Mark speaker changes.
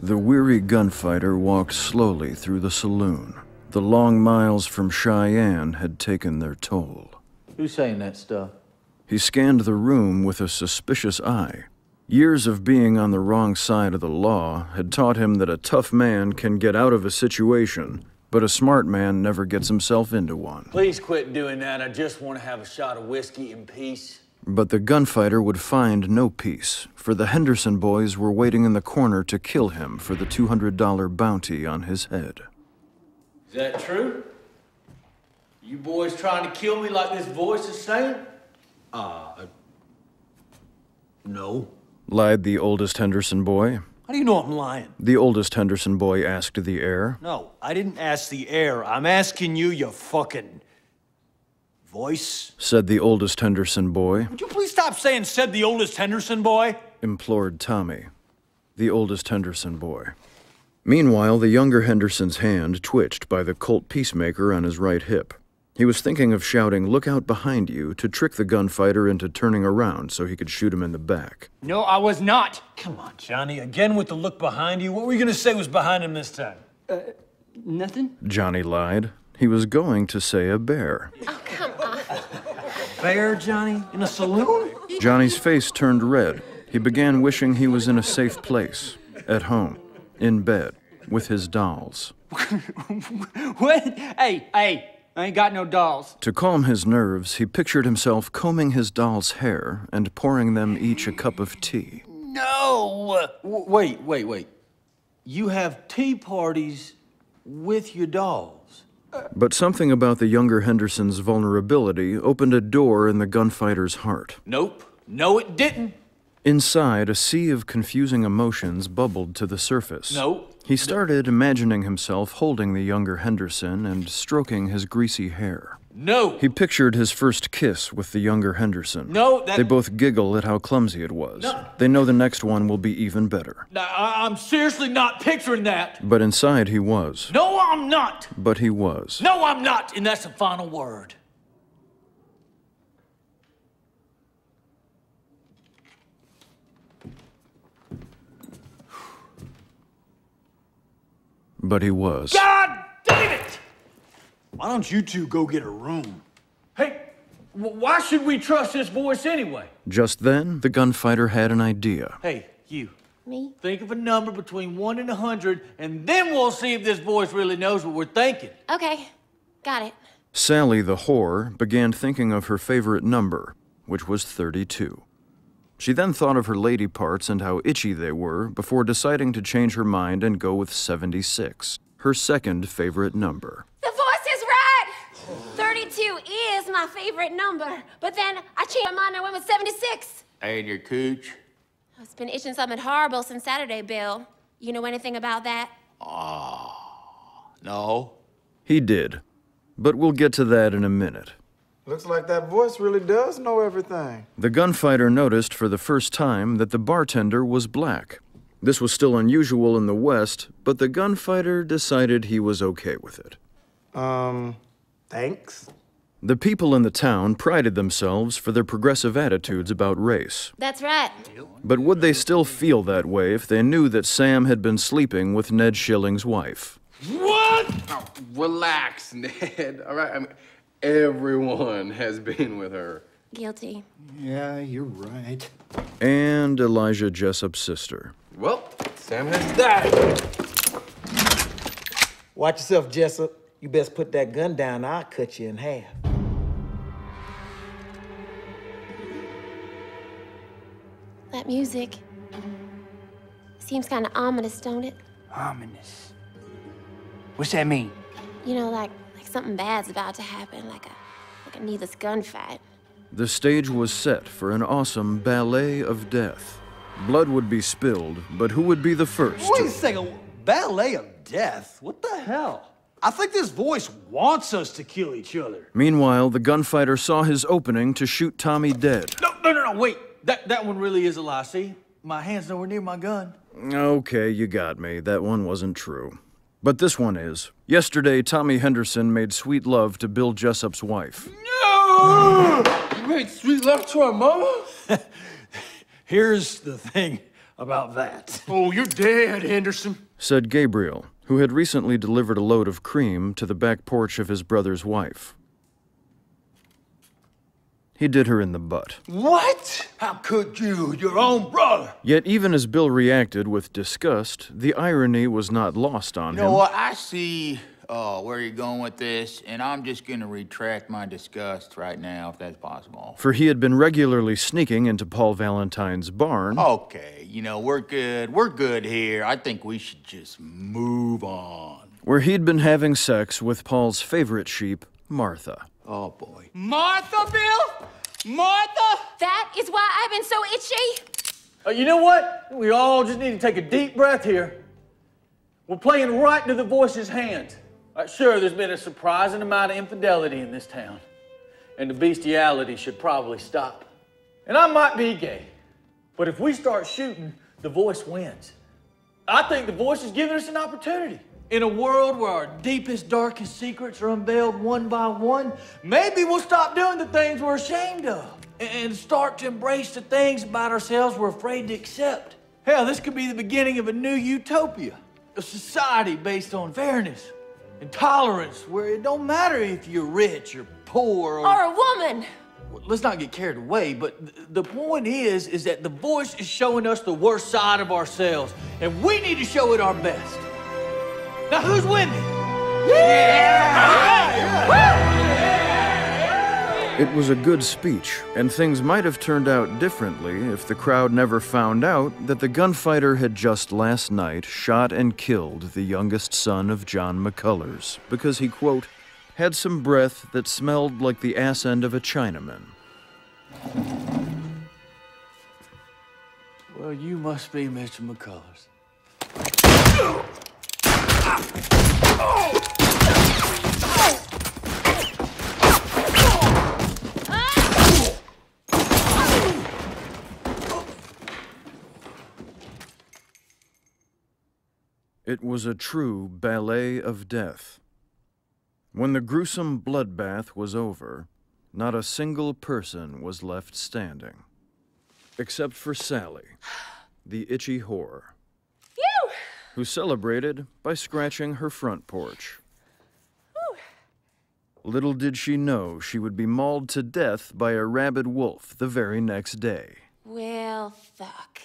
Speaker 1: The weary gunfighter walked slowly through the saloon. The long miles from Cheyenne had taken their toll.
Speaker 2: Who's saying that stuff?
Speaker 1: He scanned the room with a suspicious eye. Years of being on the wrong side of the law had taught him that a tough man can get out of a situation, but a smart man never gets himself into one.
Speaker 3: Please quit doing that. I just want to have a shot of whiskey in peace.
Speaker 1: But the gunfighter would find no peace, for the Henderson boys were waiting in the corner to kill him for the $200 bounty on his head.
Speaker 3: Is that true? You boys trying to kill me like this voice is saying? Uh, no.
Speaker 1: Lied the oldest Henderson boy.
Speaker 4: How do you know I'm lying?
Speaker 1: The oldest Henderson boy asked the heir.
Speaker 4: No, I didn't ask the air. I'm asking you, you fucking voice.
Speaker 1: Said the oldest Henderson boy,
Speaker 4: Would you please stop saying said the oldest Henderson boy?
Speaker 1: implored Tommy, the oldest Henderson boy. Meanwhile, the younger Henderson's hand twitched by the Colt peacemaker on his right hip. He was thinking of shouting, Look out behind you, to trick the gunfighter into turning around so he could shoot him in the back.
Speaker 5: No, I was not.
Speaker 4: Come on, Johnny, again with the look behind you. What were you gonna say was behind him this time?
Speaker 5: Uh, nothing?
Speaker 1: Johnny lied. He was going to say a bear.
Speaker 6: Oh, come on.
Speaker 4: Bear, Johnny? In a saloon?
Speaker 1: Johnny's face turned red. He began wishing he was in a safe place, at home, in bed, with his dolls.
Speaker 5: what? Hey, hey, I ain't got no dolls.
Speaker 1: To calm his nerves, he pictured himself combing his doll's hair and pouring them each a cup of tea.
Speaker 2: No! W- wait, wait, wait. You have tea parties with your dolls.
Speaker 1: But something about the younger Henderson's vulnerability opened a door in the gunfighter's heart.
Speaker 2: Nope. No, it didn't.
Speaker 1: Inside, a sea of confusing emotions bubbled to the surface.
Speaker 2: Nope.
Speaker 1: He started imagining himself holding the younger Henderson and stroking his greasy hair.
Speaker 2: No.
Speaker 1: He pictured his first kiss with the younger Henderson.
Speaker 2: No, that-
Speaker 1: They both giggle at how clumsy it was.
Speaker 2: No.
Speaker 1: They know the next one will be even better.
Speaker 2: No, I- I'm seriously not picturing that.
Speaker 1: But inside he was.
Speaker 2: No, I'm not.
Speaker 1: But he was.
Speaker 2: No, I'm not. And that's the final word.
Speaker 1: But he was.
Speaker 2: God damn it!
Speaker 4: Why don't you two go get a room?
Speaker 2: Hey, w- why should we trust this voice anyway?
Speaker 1: Just then, the gunfighter had an idea.
Speaker 2: Hey, you.
Speaker 6: Me?
Speaker 2: Think of a number between one and a hundred, and then we'll see if this voice really knows what we're thinking.
Speaker 6: Okay. Got it.
Speaker 1: Sally the whore began thinking of her favorite number, which was 32. She then thought of her lady parts and how itchy they were before deciding to change her mind and go with 76, her second favorite number.
Speaker 6: The voice is right! 32 is my favorite number, but then I changed my mind and went with 76.
Speaker 3: And your cooch?
Speaker 6: Oh, It's been itching something horrible since Saturday, Bill. You know anything about that?
Speaker 3: No.
Speaker 1: He did, but we'll get to that in a minute.
Speaker 7: Looks like that voice really does know everything.
Speaker 1: The gunfighter noticed for the first time that the bartender was black. This was still unusual in the West, but the gunfighter decided he was okay with it.
Speaker 7: Um, thanks.
Speaker 1: The people in the town prided themselves for their progressive attitudes about race.
Speaker 6: That's right.
Speaker 1: But would they still feel that way if they knew that Sam had been sleeping with Ned Schilling's wife?
Speaker 2: What?
Speaker 8: Oh, relax, Ned. All right. I mean, everyone has been with her.
Speaker 6: Guilty.
Speaker 7: Yeah, you're right.
Speaker 1: And Elijah Jessup's sister.
Speaker 8: Well, Sam has that.
Speaker 9: Watch yourself, Jessup. You best put that gun down, or I'll cut you in half.
Speaker 6: That music seems kind of ominous, don't it?
Speaker 5: Ominous. What's that mean?
Speaker 6: You know, like like something bad's about to happen, like a like a needless gunfight.
Speaker 1: The stage was set for an awesome ballet of death. Blood would be spilled, but who would be the first?
Speaker 4: Wait a second. Ballet of death? What the hell? I think this voice wants us to kill each other.
Speaker 1: Meanwhile, the gunfighter saw his opening to shoot Tommy dead.
Speaker 2: No, no, no, no, wait. that, that one really is a lie. See, my hand's nowhere near my gun.
Speaker 1: Okay, you got me. That one wasn't true. But this one is. Yesterday, Tommy Henderson made sweet love to Bill Jessup's wife.
Speaker 8: No! You made sweet love to our mama?
Speaker 2: Here's the thing about that.
Speaker 10: Oh, you're dead, Henderson.
Speaker 1: said Gabriel, who had recently delivered a load of cream to the back porch of his brother's wife. He did her in the butt.
Speaker 10: What? How could you? Your own brother.
Speaker 1: Yet, even as Bill reacted with disgust, the irony was not lost on
Speaker 11: You know
Speaker 1: him.
Speaker 11: what? I see uh, where you're going with this, and I'm just going to retract my disgust right now, if that's possible.
Speaker 1: For he had been regularly sneaking into Paul Valentine's barn.
Speaker 11: Okay, you know, we're good. We're good here. I think we should just move on.
Speaker 1: Where he'd been having sex with Paul's favorite sheep, Martha.
Speaker 11: Oh, boy.
Speaker 6: Martha, Bill? Martha? That is why I've been so itchy.
Speaker 2: Uh, you know what? We all just need to take a deep breath here. We're playing right to the voice's hand. Uh, sure, there's been a surprising amount of infidelity in this town, and the bestiality should probably stop. And I might be gay, but if we start shooting, the voice wins. I think the voice is giving us an opportunity. In a world where our deepest, darkest secrets are unveiled one by one, maybe we'll stop doing the things we're ashamed of and- and start to embrace the things about ourselves we're afraid to accept. Hell, this could be the beginning of a new utopia, a society based on fairness and tolerance where it don't matter if you're rich or poor
Speaker 6: Or a woman.
Speaker 2: let's not get carried away but th- the point is is that the voice is showing us the worst side of ourselves and we need to show it our best now who's with me
Speaker 1: It was a good speech, and things might have turned out differently if the crowd never found out that the gunfighter had just last night shot and killed the youngest son of John McCullers because he, quote, had some breath that smelled like the ass end of a Chinaman.
Speaker 2: well you must be mr mccullers
Speaker 1: It was a true ballet of death. When the gruesome bloodbath was over, not a single person was left standing. Except for Sally, the itchy whore,
Speaker 6: Phew!
Speaker 1: who celebrated by scratching her front porch. Little did she know she would be mauled to death by a rabid wolf the very next day.
Speaker 6: Well, fuck.